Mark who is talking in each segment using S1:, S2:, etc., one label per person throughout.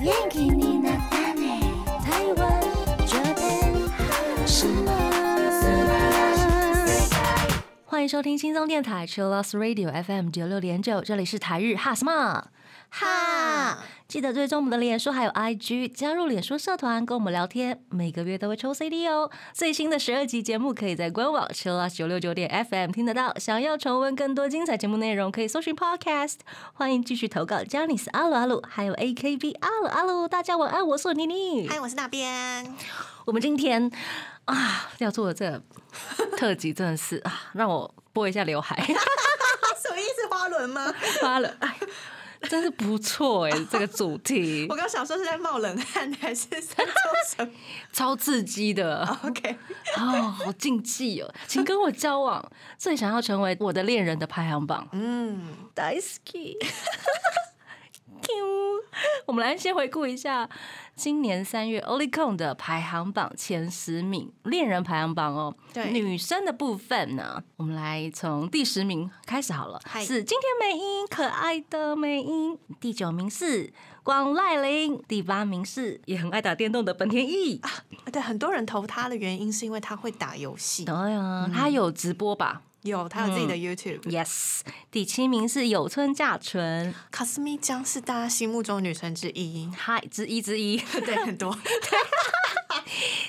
S1: 元気になったね台湾这边什么
S2: 欢迎收听轻松电台 Chillus Radio FM 九六点九，这里是台日哈什么哈。记得追踪我们的脸书还有 IG，加入脸书社团跟我们聊天，每个月都会抽 CD 哦。最新的十二集节目可以在官网 Chillus 九六九点 FM 听得到。想要重温更多精彩节目内容，可以搜寻 Podcast。欢迎继续投稿 j a n i c e 阿鲁阿鲁，还有 AKB 阿鲁阿鲁。大家晚安，我是妮妮。
S3: 嗨，我是那边。哦
S2: 我们今天啊要做的这个特辑真的是啊，让我拨一下刘海，
S3: 什么意思？花 轮吗？
S2: 花了，哎，真是不错 哎、这个主题
S3: 我刚想说是在冒冷汗还是在做什么
S2: 超刺激的
S3: ？OK，
S2: 哦，好禁忌哦，请跟我交往， 最想要成为我的恋人的排行榜，
S3: 嗯，
S2: 大好き。Q 我们来先回顾一下今年三月 Olicon 的排行榜前十名，恋人排行榜哦。
S3: 对
S2: 女生的部分呢，我们来从第十名开始好了。
S3: 嗨
S2: 是今天美英，可爱的美英。第九名是广濑铃，第八名是也很爱打电动的本田翼。
S3: 对，很多人投他的原因是因为他会打游戏，
S2: 对啊，
S3: 嗯
S2: 他有直播吧
S3: 有他有自己
S2: 嗯
S3: 的 YouTube。
S2: ？Yes。第七名是有村架纯，，
S3: 卡斯米江是大家心目中的女神之一
S2: 嗨之一之一。
S3: 对，很多。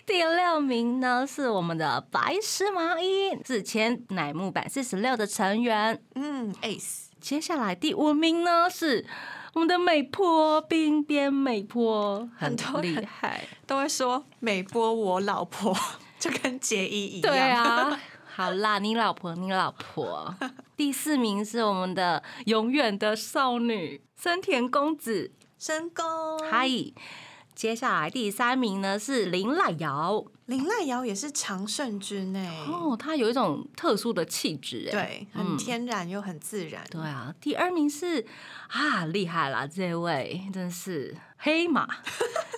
S2: 第六名呢是我们的白石麻衣，是前乃木坂四十六的成员。
S3: 嗯，Ace，
S2: 接下来第五名呢是我们的美坡冰边美坡，很
S3: 多人
S2: 厉害。
S3: 都会说美波我老婆，就跟杰伊一样。
S2: 对， 啊，好啦，你老婆，你老婆。第四名是我们的永远的少女森田公子，
S3: 深宫，
S2: 嗨。接下来第三名呢是林濑遥，
S3: 林濑遥也是常胜军哎。
S2: 哦，她有一种特殊的气质，哎，
S3: 对，很天然又很自然。
S2: 对啊，第二名是啊，厉害啦，这位真是黑马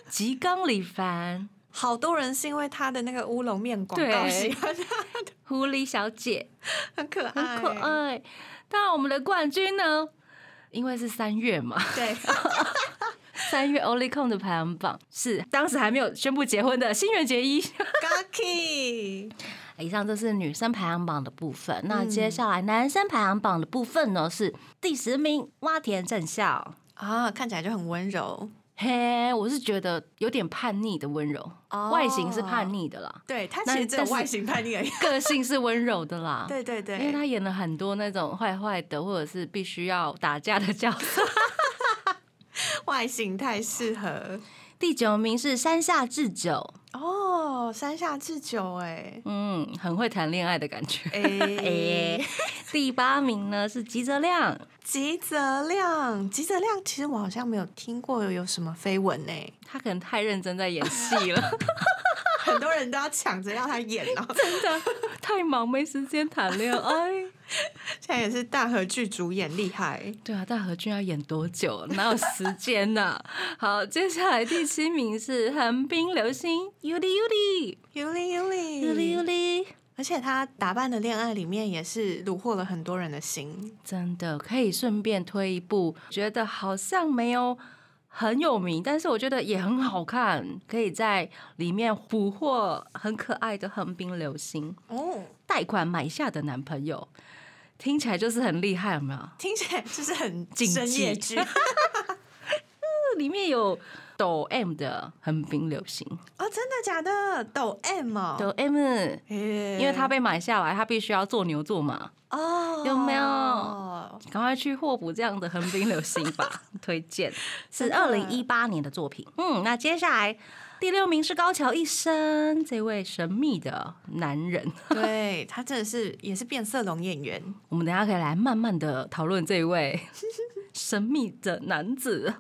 S2: 吉冈里帆
S3: 好多人是因为他的那个乌龙面广告
S2: 对
S3: 喜欢他，
S2: 狐狸小姐，
S3: 很可
S2: 很
S3: 爱，
S2: 可爱。当然，我们的冠军呢，因为是三月嘛，
S3: 对，
S2: 三月 Olicon 的排行榜是当时还没有宣布结婚的新垣结衣。
S3: Gaki，
S2: 以上这是女生排行榜的部分，
S3: 嗯
S2: 那接下来男生排行榜的部分呢是第十名洼田正孝。
S3: 啊，看起来就很温柔。
S2: 嘿，我是觉得有点叛逆的温柔
S3: 哦
S2: 外形是叛逆的啦。
S3: 对他
S2: 那
S3: 其实只有
S2: 但是
S3: 外形叛逆而已。。
S2: 个性是温柔的啦
S3: 对对
S2: 因为
S3: 对，
S2: 他演了很多那种坏坏的，或者是必须要打架的角色。
S3: 外形太适合
S2: 第九名是山下智久，
S3: 哦，山下智久哎
S2: 嗯，很会谈恋爱的感觉。
S3: 哎，
S2: 第八名呢是吉泽亮，
S3: 吉泽亮，吉泽亮，其实我好像没有听过有什么绯闻 呢，
S2: 他可能太认真在演戏了，
S3: 很多人都要抢着要他演哦。
S2: 真的太忙没时间谈恋爱。
S3: 现在也是大和剧主演厉害，
S2: 对啊，大和君要演多久？哪有时间呐、 好，接下来第七名是横滨流星 Yuri Yuri
S3: 尤里尤里
S2: Yuri Yuri。
S3: 而且他打扮的恋爱里面也是虏获了很多人的心，
S2: 真的可以顺便推一部，觉得好像没有很有名，但是我觉得也很好看，可以在里面捕获很可爱的横滨流星。
S3: 哦，
S2: 贷款买下的男朋友，听起来就是很厉害，有没有？
S3: 听起来就是很哦
S2: 禁忌
S3: 深 夜剧
S2: 这里面有抖 M 的横滨流星，
S3: 哦，真的假的？抖 M 哦，
S2: 抖 M，因
S3: 因
S2: 为他被买下来，他必须要做牛做马，
S3: 哦，
S2: 有没有？赶快去霍普这样的横滨流星 吧，推荐是
S3: 真
S2: 二
S3: 的
S2: 零一八年的作品。嗯，那接下来第六名是高桥一生这位神秘的男人，
S3: 对他真的是也是变色龙演员，
S2: 我们等一下可以来慢慢的讨论这一位 神秘的男子。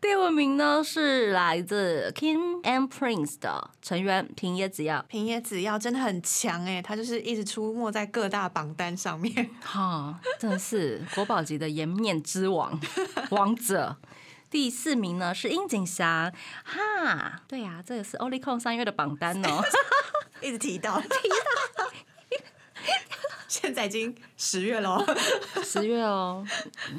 S2: 第五名呢是来自 King and Prince 的成员平野紫耀，
S3: 平野紫耀真的很强哎，他就是一直出没在各大榜单上面。
S2: 哈、真的是国宝级的颜面之王王者。第四名呢是樱井翔，哈，对呀、这也是 Olicon 三月的榜单哦。
S3: 一直提到， 现在已经十月喽，
S2: 十月哦，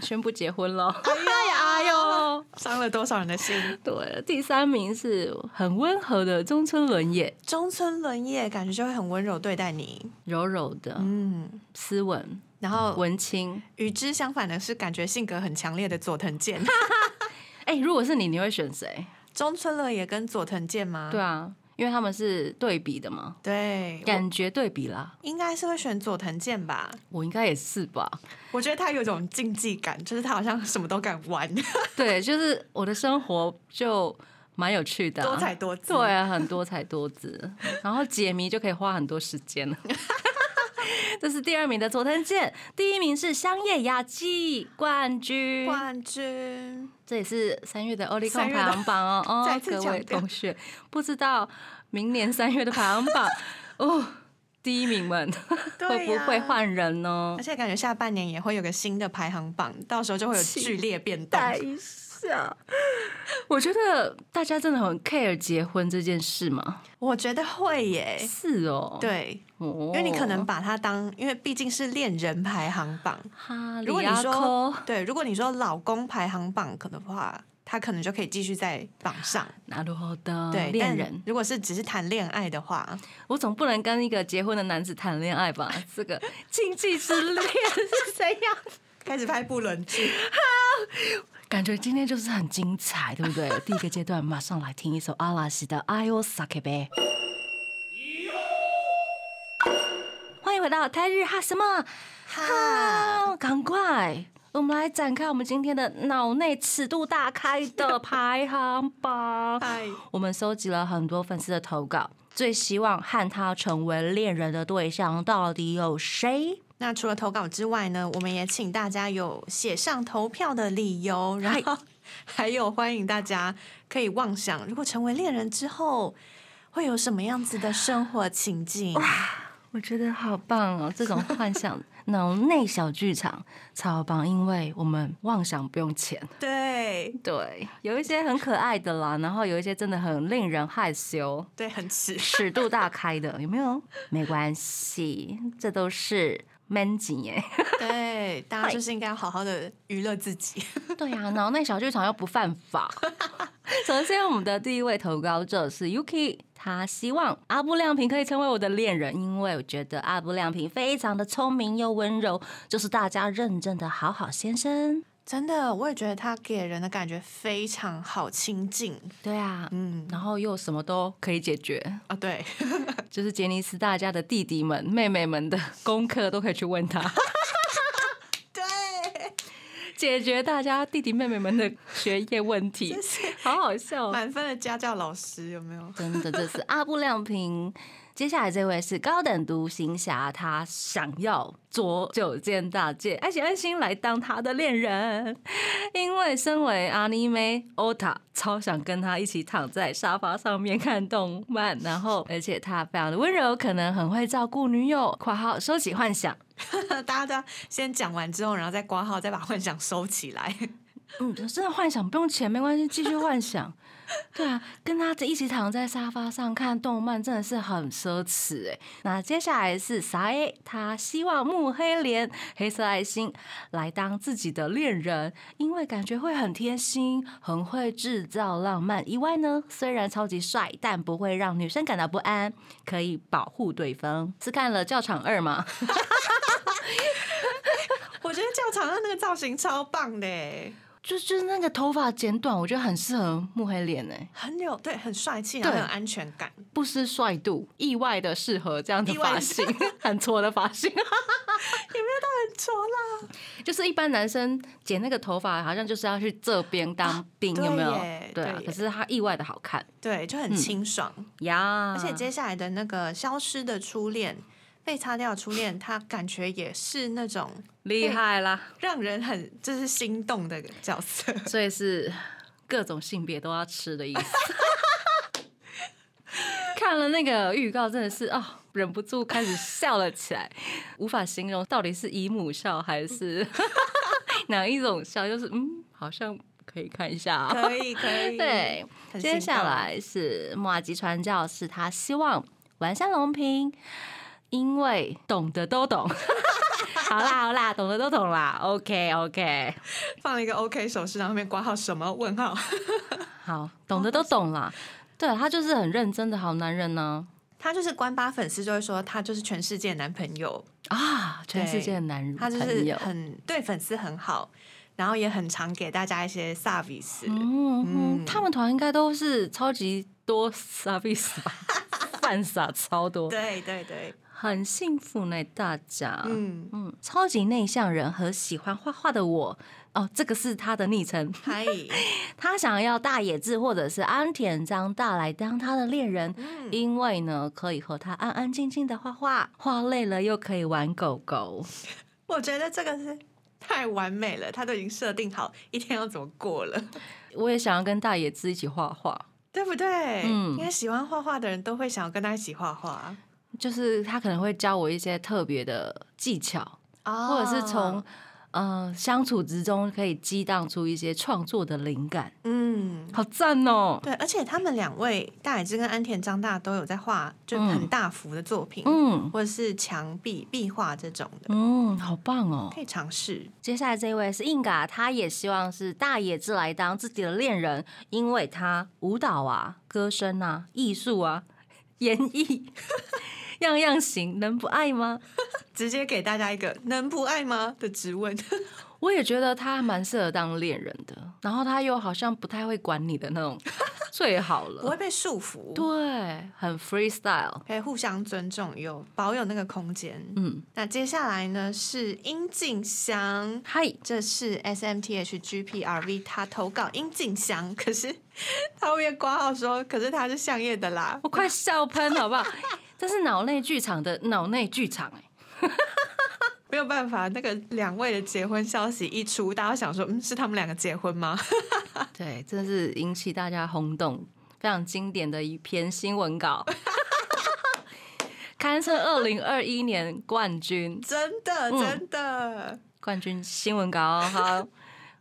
S2: 宣布结婚了。
S3: 哎呀
S2: 哎呦，
S3: 伤了多少人的心？
S2: 对，第三名是很温和的中村伦也，
S3: 中村伦也感觉就会很温柔对待你，
S2: 柔柔的、
S3: 嗯。
S2: 斯文、
S3: 然后
S2: 文青。
S3: 与之相反的是，感觉性格很强烈的佐藤健。
S2: 哎、如果是你，你会选谁？
S3: 中村伦也跟佐藤健吗？
S2: 对啊，因为他们是对比的嘛，
S3: 对，我
S2: 感觉对比啦。
S3: 应该是会选佐藤健吧。
S2: 我应该也是吧？
S3: 我觉得他有一种竞技感，就是他好像什么都敢玩，
S2: 对，就是我的生活就蛮有趣的啊、
S3: 多才多姿。
S2: 对啊，很多才多姿， 然后解谜就可以花很多时 间了。 这是第二名的佐藤健，第一名是香叶雅纪冠军，
S3: 冠军
S2: 这也是三月的欧力控
S3: 三月
S2: 排
S3: 的
S2: 行榜 哦。
S3: 再
S2: 哦，
S3: 次
S2: 各
S3: 强
S2: 位
S3: 调
S2: 同学，不知道明年三月的排行 榜哦，第一名们 会不会？
S3: 对啊
S2: 换人呢
S3: 而？且感觉下半年也会有个新的排行榜，到时候就会有
S2: 期
S3: 剧烈变动。
S2: 待一下， 我觉得大家真的很 care 结婚这件事嘛？
S3: 我觉得会耶，
S2: 是哦，，
S3: 对，
S2: 哦
S3: 因为你可能把它当，因为毕竟是恋人排行榜。
S2: 哈
S3: 如果
S2: 里
S3: 你
S2: 亚
S3: 说
S2: 科，
S3: 对，如果你说老公排行榜可能的话，他可能就可以继续在榜上。
S2: 拿鲁后的嗯
S3: 对，
S2: 恋
S3: 但
S2: 人，
S3: 如果是只是谈恋爱的话，
S2: 我总不能跟一个结婚的男子谈恋爱 吧？这个禁忌之恋是怎样？
S3: 开始拍不伦剧。
S2: 感觉今天就是很精彩，对不 对？第一个阶段马上来听一首阿拉西的《I O Sake b 欢迎回到台日哈什么
S3: 哈，
S2: 哈，赶快！我们来展开我们今天的脑内尺度大开的排行榜。
S3: 嗨，
S2: 我们收集了很多粉丝的投稿，最希望和他成为恋人的对象到底有谁？
S3: 那除了投稿之外呢，我们也请大家有写上投票的理由，然后还有欢迎大家可以妄想，如果成为恋人之后会有什么样子的生活情境？
S2: 我觉得好棒哦！这种幻想脑内小剧场超棒，因为我们妄想不用钱。
S3: 对
S2: 对，有一些很可爱的啦，然后有一些真的很令人害羞，
S3: 对，很迟。
S2: 尺度大开的，有 没有？没关系，这都是 man 景耶。
S3: 对，大家就是应该要好好的娱乐自己。
S2: 对呀、然后那小剧场又不犯法。 首先，我们的第一位投稿者是 Yuki，他希望阿布亮平可以成为我的恋人，因为我觉得阿布亮平非常的聪明又温柔，就是大家认证的好好先生。
S3: 真的，我也觉得他给人的感觉非常好亲近。
S2: 对啊，
S3: 嗯
S2: 然后又什么都可以解决，
S3: 啊，对，
S2: 就是杰尼斯大家的弟弟们、妹妹们的 功课都可以去问他，
S3: 对，
S2: 解决大家弟弟妹妹们的学业问题，好好笑哦。
S3: 满分的家教老师有没有？
S2: 真的，这是阿布亮平。接下来这位是高等独行侠，他想要左九剑大介爱喜爱心来当他的恋人，因为身为阿尼妹欧塔，超想跟他一起躺在沙发上面看动漫，然后而且他非常的温柔，可能很会照顾女友。（括号收起幻想
S3: 大家都要先讲完之后，然后再挂号，再把幻想收起来。）。
S2: 嗯，真的幻想不用钱没关系，继续幻想。对啊，跟他一起躺在沙发上看动漫真的是很奢侈哎、那接下来是啥耶？他希望木黑莲黑色爱心来当自己的恋人，因为感觉会很贴心，很会制造浪漫。以外呢，虽然超级帅，但不会让女生感到不安，可以保护对方。是看了《教场二》吗？
S3: 我觉得教场上那个造型超棒的欸耶，
S2: 就就是那个头发剪短，我觉得很适合木黑莲哎、
S3: 很有对，很帅气，然后
S2: 对
S3: 很有安全感。
S2: 不失帅度，意外的适合这样的
S3: 意外
S2: 发型， 很挫的发 型。
S3: 很错啦，
S2: 就是一般男生剪那个头发，好像就是要去这边当兵，
S3: 对
S2: 有没有
S3: 耶？
S2: 对啊
S3: 对，耶
S2: 可是他意外的好看
S3: 对，就很清爽。
S2: 嗯呀，
S3: 而且接下来的那个消失的初恋，被擦掉的初恋，他感觉也是那种
S2: 厉害啦，
S3: 让人很就是心动的角色。
S2: 所以是各种性别都要吃的意思。 看了那个预告，真的是哦，忍不住开始笑了起来，无法形容到底是姨母笑还是 哪一种笑，就是嗯，好像可以看一下、啊。
S3: 可以，可以，
S2: 对，
S3: 很心动
S2: 接下来是木马吉传教士，他希望丸山隆平因为懂的都懂。 好啦好啦，懂的都懂啦。OK OK，
S3: 放了一个 OK 手势，然后后面挂号什么问号？
S2: 好，懂的都懂啦。对他就是很认真的好男人呢、
S3: 他就是关八粉丝就会说他就是全世界男朋友，
S2: 啊，全世界的男人
S3: 他就
S2: 朋
S3: 是
S2: 友
S3: 很对粉丝很好，然后也很常给大家一些 service。
S2: 嗯，
S3: 嗯
S2: 他们团应该都是超级多 service 吧，犯傻超多，
S3: 对对对，
S2: 很幸福呢，大家。嗯
S3: 嗯，
S2: 超级内向人和喜欢画画的我，哦，这个是他的昵称。
S3: 嗨，
S2: 他想要大野智或者是安田章大来当他的恋人，因为呢可以和他安安静静的画画，画累了又可以玩狗狗。
S3: 我觉得这个是太完美了，他都已经设定好一天要怎么过了，
S2: 我也想要跟大野智一起画画，
S3: 对不对？
S2: 嗯
S3: 嗯，因为喜欢画画的人都会想要跟他一起画画，
S2: 就是他可能会教我一些特别的技巧，或者是从呃相处之中可以激荡出一些创作的灵感，
S3: 嗯。
S2: 好赞哦、
S3: 对，而且他们两位大野智跟安田张大都有在画，就很大幅的作品，
S2: 嗯
S3: 或者是墙壁壁画这种的，
S2: 嗯，好棒哦、
S3: 可以尝试。
S2: 接下来这一位是硬嘎，他也希望是大野智来当自己的恋人，因为他舞蹈啊、歌声啊、艺术啊、 演艺 样样行，能不爱吗？
S3: 直接给大家一个“能不爱吗”的质 问。
S2: 我也觉得他蛮适合当恋人的，然后他又好像不太会管你的那种，最好
S3: 不会
S2: 了。
S3: 被束缚，
S2: 对，很 freestyle。
S3: 可以互相尊重，有保有那个空间。
S2: 嗯，
S3: 那接下来呢是殷静香。
S2: 嗨，
S3: 这是 S M T H G P R V，他投稿殷静香，可是 他后面挂号说，可是他是相叶的啦。
S2: 我快笑喷好不 好？这是脑内剧场的脑内剧场、欸，
S3: 没有办法，那个两位的结婚消息一出，大家想说，嗯，是他们两个结婚吗？
S2: 对，真是引起大家轰动，非常经典的一篇新闻稿， 堪称二零二一年冠军，
S3: 真的，
S2: 嗯
S3: 真的，
S2: 冠军新闻稿哦。好，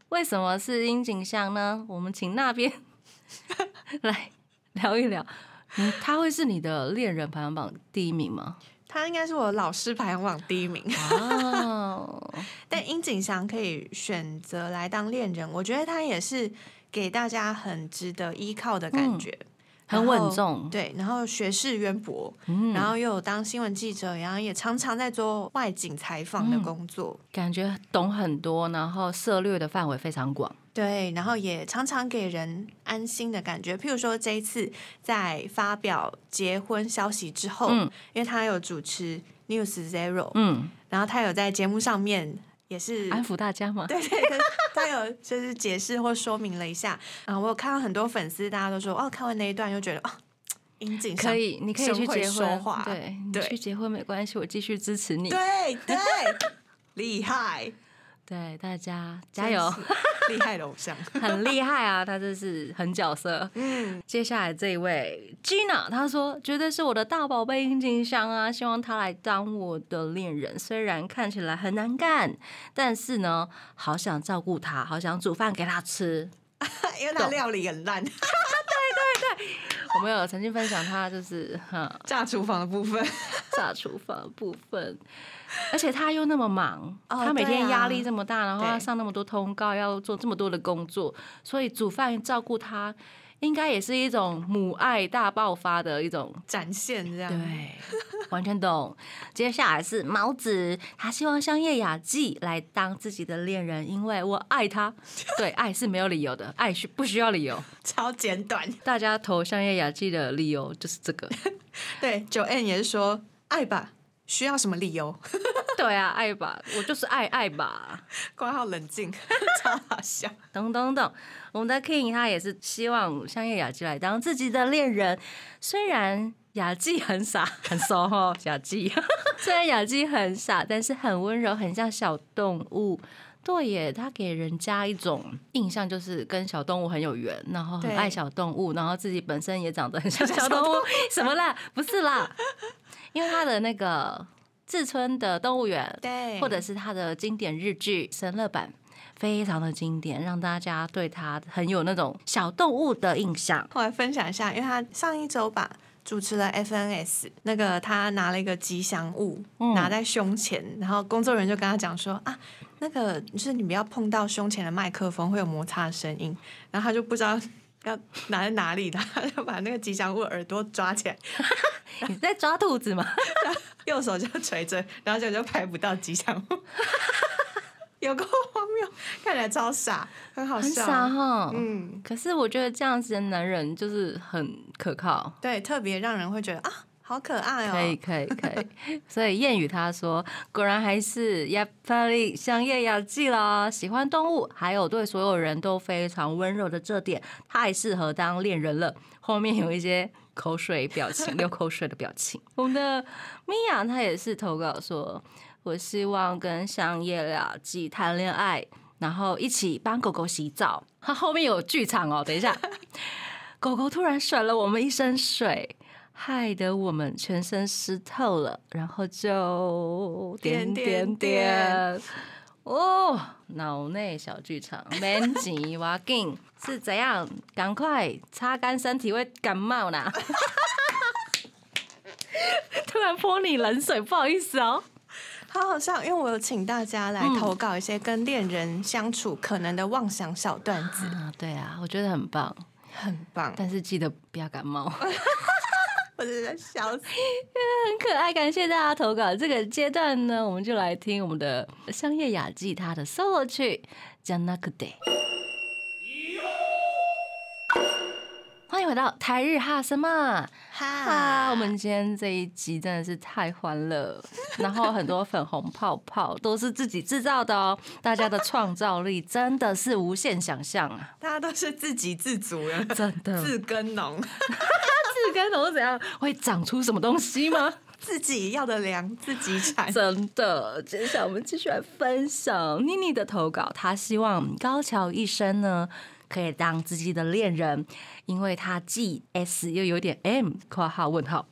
S2: 为什么是樱井相呢？我们请那 边来聊一聊。嗯，他会是你的恋人排行榜第一名吗？
S3: 他应该是我老师排行榜第一名。
S2: 哦，
S3: 但殷景祥可以选择来当恋人，我觉得他也是给大家很值得依靠的感觉，
S2: 很
S3: 然后
S2: 稳重
S3: 对，然后学识渊博，
S2: 嗯
S3: 然后又有当新闻记者，然后也常常在做外景采访的工作。
S2: 感觉懂很多，然后涉略的范围非常广。
S3: 对，然后也常常给人安心的感觉。譬如说，这一次在发表结婚消息之后，
S2: 嗯
S3: 因为他有主持 News Zero，、
S2: 嗯，
S3: 然后他有在节目上面也是
S2: 安抚大家吗？
S3: 对对对，他有就是解释或说明了一下。啊、我有看到很多粉丝，大家都说哦，看完那一段就觉得哦，樱井
S2: 可以，
S3: 上
S2: 你可以
S3: 真
S2: 去
S3: 会
S2: 结
S3: 说
S2: 婚，
S3: 话，
S2: 对，你
S3: 对
S2: 去结婚没关系，我继续支持你。
S3: 对对，厉害，
S2: 对，大家加油，
S3: 真是厉害的偶像。
S2: 很厉害啊！他这是很角色。
S3: 嗯，
S2: 接下来这一位 Gina，她说绝对是我的大宝贝殷景香啊，希望他来当我的恋人。虽然看起来很难干，但是呢，好想照顾他，好想煮饭给他吃。
S3: 因为他料理很烂，
S2: 我们有曾经分享他就是嗯哈
S3: 炸厨房的部分，
S2: 炸厨房的部分，而且他又那么忙，
S3: 哦
S2: 他每
S3: 对
S2: 天
S3: 啊
S2: 压力这么大，然后要
S3: 对
S2: 上那么多通告，要做这么多的工作，所以煮饭照顾他，应该也是一种母爱大爆发的一 种。
S3: 展现这样。
S2: 对，完全懂。接下来是毛子，他希望香叶雅纪来当自己的恋人，因为我爱他。对，爱是没有理由的，爱需不需要理由。
S3: 超简短。
S2: 大家投香叶雅纪的理由就是这个。
S3: 对，九 N 也是说爱吧，需要什么理由？
S2: 对啊，爱吧，我就是爱爱吧。
S3: 挂号冷静，超好笑。
S2: 等等等，我们的 King 他也是希望香叶雅纪来当自己的恋人，虽然雅纪很傻很怂哦，雅纪 虽然雅纪很傻，但是很温柔，很像小动物。对耶，他给人家一种印象就是跟小动物很有缘，然后很
S3: 对
S2: 爱小动物，然后自己本身也长得很像小动物，什么啦？不是啦，因为他的那个志村的动物园，
S3: 对
S2: 或者是他的经典日剧《神乐版》，非常的经典，让大家对他很有那种小动物的印象。
S3: 后来分享一下，因为他上一周吧主持了 FNS，那个他拿了一个吉祥物、
S2: 嗯
S3: 拿在胸前，然后工作人员就跟他讲说啊，那个就是你不要碰到胸前的麦克风，会有摩擦的声音。然后他就不知道要拿在哪里，然后他就把那个吉祥物耳朵抓起来，
S2: 你在抓兔子吗？
S3: 右手就垂着，然后就就拍不到吉祥 物，有够荒谬，看起来超傻，很好
S2: 很
S3: 笑，
S2: 傻哦哈。
S3: 嗯，
S2: 可是我觉得这样子的男人就是很可靠。
S3: 对，特别让人会觉得啊，好可爱哦，
S2: 可以可以可以， 所以谚语他说，果然还是亚巴利香叶雅纪啦。喜欢动物，还有对所有人都非常温柔的这点，太适合当恋人了。后面有一些口水表情， 流口水的表情。我们的米娅她也是投稿说，我希望跟香叶雅纪谈恋爱，然后一起帮狗狗洗澡。它后面有剧场 哦，等一下，狗狗突然甩了我们一身水。害得我们全身湿透了，然后就点
S3: 点
S2: 点
S3: 点
S2: 点，哦，脑内小剧场，man 吉哇劲是怎样？赶快擦干身体，会感冒啦！ 突然泼你冷水，不好意思哦。
S3: 好好笑，因为我有请大家来投稿一些跟恋人相处可能的妄想小段子，
S2: 啊，对啊，我觉得很棒，
S3: 很棒，
S2: 但是记得不要感冒。
S3: 我真的笑死。
S2: 很可爱，感谢大家投稿。这个阶段呢，我们就来听我们的香叶雅纪她的 solo 曲《j a n a k u d e 欢迎回到台日哈什么哈！
S3: 哈，
S2: 我们今天这一集真的是太欢 乐，然后很多粉红泡泡都是自己制造的哦，大家的创造力真的是无限想象啊！
S3: 大家都是自给自足的，
S2: 真的
S3: 自耕农，
S2: 自根头怎样会长出什么东西吗？
S3: 自己要的粮自己产。
S2: 真的，接下来我们继续来分享妮妮的投稿。她希望高桥一生呢可以当自己的恋人，因为他既 S 又有点 M（ 括号问 号），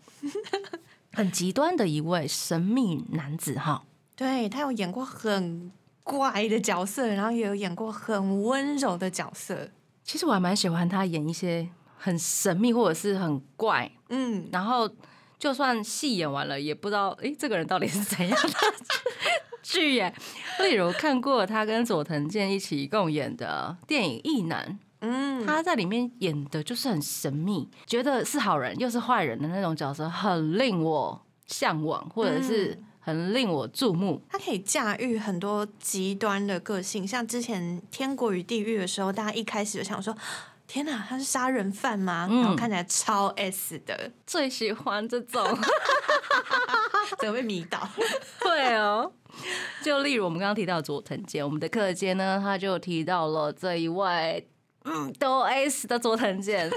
S2: 很极端的一位神秘男子哈。
S3: 对他有演过很怪的角色，然后也有演过很温柔的角色。
S2: 其实我还蛮喜欢他演一些很神秘或者是很怪，
S3: 嗯，
S2: 然后就算戏演完了，也不知道诶这个人到底是怎样的剧 耶。例如看过他跟佐藤健一起共演的电影《异男》，
S3: 嗯，
S2: 他在里面演的就是很神秘，觉得是好人又是坏人的那种角色，很令我向往，或者是很令我注目。
S3: 他可以驾驭很多极端的个性，像之前《天国与地狱》的时候，大家一开始就想说：“天哪，他是杀人犯吗？”
S2: 嗯
S3: 然后看起来超 S 的，
S2: 最喜欢这种，
S3: 怎么被迷倒？
S2: 对哦。就例如我们刚刚提到佐藤健，我们的课间呢，他就提到了这一位嗯都 S 的佐藤 健，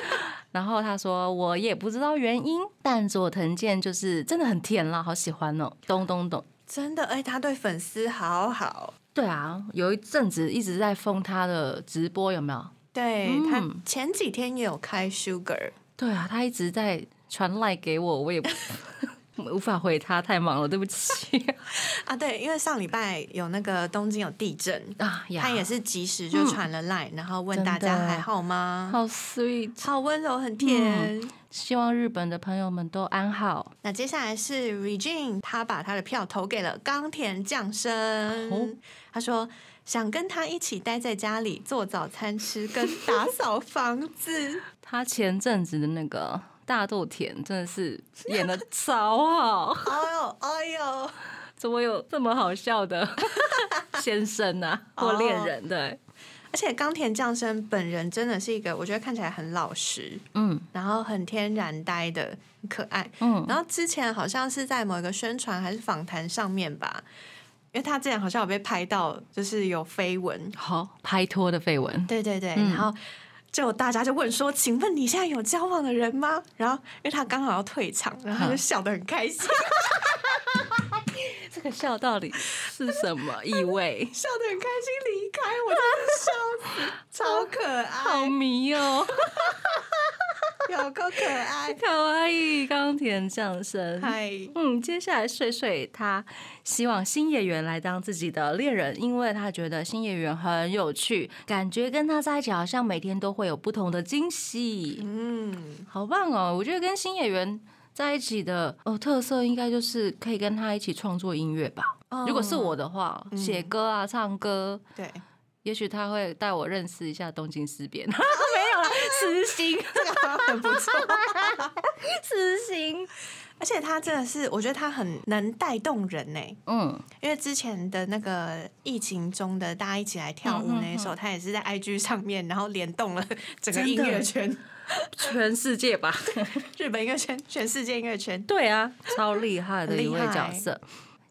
S2: 然后他说我也不知道原因，但佐藤健就是真的很甜啦，好喜欢哦，咚咚咚。
S3: 真的，哎、他对粉丝好好，
S2: 对啊，有一阵子一直在封他的直播，有没有？
S3: 对、
S2: 嗯
S3: 他前几天也有开 Sugar，
S2: 对啊，他一直在传赖给我，我也 无法回他，太忙了，对不起
S3: 啊，对，因为上礼拜有那个东京有地震，
S2: 啊呀，嗯
S3: 他也是及时就传了 Line，、然后问大家
S2: 真的
S3: 还好吗？
S2: 好嗯 sweet，
S3: 好温柔，很甜。
S2: 希望日本的朋友们都安好。
S3: 那接下来是 Regine，她把她的票投给了冈田降生。
S2: 哦
S3: 她说想跟他一起待在家里做早餐吃，跟打扫房子。
S2: 他前阵子的那个大豆田真的是演的超好，
S3: 哎呦哎呦，
S2: 怎么有这么好笑 的先生啊或恋人？对，
S3: 而且冈田降生本人真的是一个，我觉得看起来很老实，
S2: 嗯
S3: 然后很天然呆的，很可爱。
S2: 嗯，
S3: 然后之前好像是在某一个宣传还是访谈上面吧，因为他之前好像有被拍到，就是有绯闻，
S2: 好拍拖的绯闻，
S3: 对对对，
S2: 嗯
S3: 然后就大家就问说：“请问你现在有交往的人吗？”然后因为他刚好要退场，
S2: 嗯
S3: 然后他就笑得很开心，？
S2: 这个笑到底是什么 意味
S3: 笑得很开心离开，我真的是笑死，超可
S2: 好
S3: 爱，
S2: 迷哦。
S3: 有够好可爱。
S2: 卡哇伊钢铁降生。
S3: 嗨，
S2: 嗯，接下来睡睡他希望新演员来当自己的恋人，因为他觉得新演员很有趣，感觉跟他在一起好像每天都会有不同的惊喜，
S3: 嗯，
S2: 好棒哦！我觉得跟新演员在一起的哦特色应该就是可以跟他一起创作音乐吧。
S3: 哦
S2: 如果是我的话，
S3: 嗯
S2: 写歌啊、唱歌，
S3: 对，
S2: 也许他会带我认识一下东京事变，没 有啦，私 心，
S3: 这个好像很不错。
S2: 私心，
S3: 而且他真的是，我觉得他很能带动人呢、
S2: 嗯，
S3: 因为之前的那个疫情中的大家一起来
S2: 嗯
S3: 跳舞那一首，他也是在 IG 上面，然后联动了 整个
S2: 真的
S3: 音乐圈，
S2: 全世界吧。
S3: 日本音乐圈，全世界音乐圈。
S2: 对啊，超厉害的一位角色。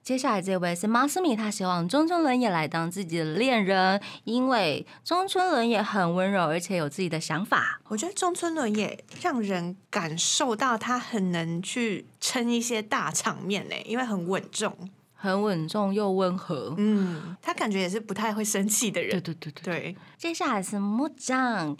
S2: 接下来这位是马斯米，他希望中村伦也来当自己的恋人，因为中村伦也很温柔，而且有自己的想法。
S3: 我觉得中村伦也让人感受到他很能去撑一些大场面呢、因为很稳重。
S2: 很稳重又温和，
S3: 嗯，他感觉也是不太会生气的
S2: 对
S3: 人。
S2: 对对对。
S3: 对，
S2: 接下来是木匠，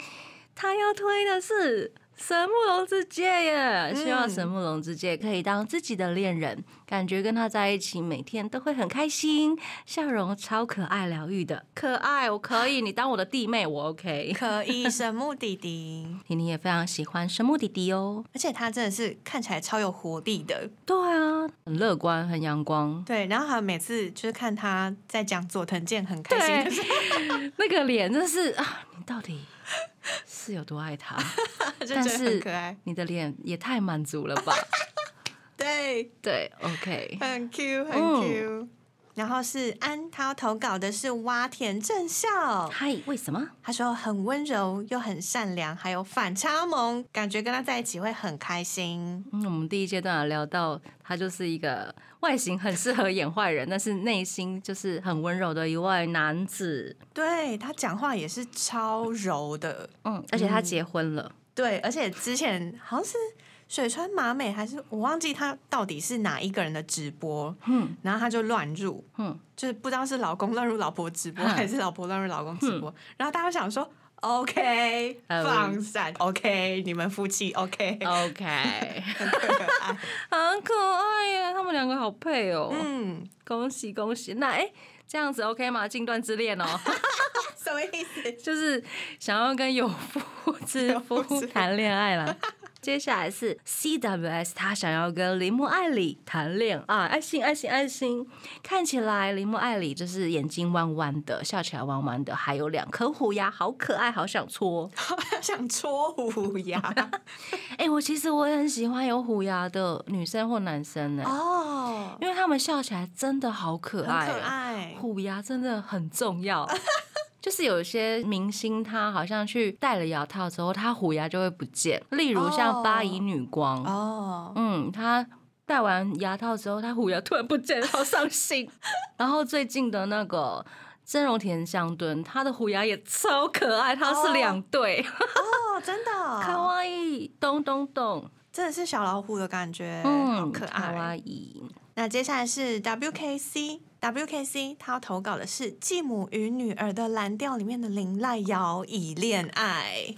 S2: 他要推的是神木隆之介耶，嗯希望神木隆之介可以当自己的恋人，感觉跟他在一起每天都会很开心，笑容超可爱疗愈的，可爱我可以，你当我的弟妹我 OK。
S3: 可以神木弟弟，
S2: 婷婷也非常喜欢神木弟弟哦。
S3: 而且他真的是看起来超有活力的。
S2: 对啊，很乐观，很阳光，
S3: 对，然后还有每次就是看他在讲佐藤健很开心的时候，
S2: 那个脸真的是啊，你到底是有多爱 他？
S3: 就觉
S2: 但
S3: 得很
S2: 是
S3: 可爱。
S2: 你的脸也太满足了 吧？
S3: 对，
S2: 对，OK，
S3: 很 Q，很
S2: 嗯
S3: Q。然后是安涛投稿的是蛙田正孝，
S2: 嗨，为什么？
S3: 他说很温柔又很善良，还有反差萌，感觉跟他在一起会很开心。
S2: 嗯，我们第一阶段有聊到他就是一个外形很适合演坏人，但是内心就是很温柔的一位男子。
S3: 对他讲话也是超柔的，
S2: 嗯，而且他结婚了，
S3: 对，而且之前好像是水川麻美还是我忘记他到底是哪一个人的直播，
S2: 嗯
S3: 然后他就乱入，
S2: 嗯，
S3: 就是不知道是老公乱入老婆直播，
S2: 嗯
S3: 还是老婆乱入老公直播。然后大家想说，OK，
S2: 嗯
S3: 放闪，OK，你们夫妻 OK，
S2: 呃 OK，
S3: 很可爱。
S2: 很可爱耶，他们两个好配哦。
S3: 嗯，
S2: 恭喜恭喜！那哎、诶这样子 OK 吗？近段之恋哦，
S3: 什么意思？
S2: 就是想要跟有夫之
S3: 有
S2: 夫
S3: 夫之妇
S2: 谈恋爱 啦。接下来是 CWS，他想要跟铃木爱里谈恋爱，爱心爱心爱心。看起来铃木爱里就是眼睛弯弯的，笑起来弯弯的，还有两颗虎牙，好可爱，好想搓。
S3: 想戳虎牙
S2: 哎、我其实我也很喜欢有虎牙的女生或男生呢、
S3: 哦，
S2: 因为他们笑起来真的好可
S3: 很
S2: 爱、哦
S3: 可爱。
S2: 虎牙真的很重要。 就是有些明星，他好像去戴了牙套之后，他虎牙就会不见。例如像八姨女光
S3: 哦，
S2: 嗯，她戴完牙套之后，她虎牙突然不见，好伤心。然后最近的那个真容田香敦，她的虎牙也超可爱，她是两对，
S3: 哦，真的哦，
S2: 卡哇伊， 咚咚咚，
S3: 真的是小老虎的感觉，好
S2: 嗯，
S3: 可
S2: 卡哇
S3: 爱。
S2: 伊，
S3: 那接下来是 WKC。WKC 他要投稿的是《继母与女儿的蓝调》里面的林濑遥以恋爱。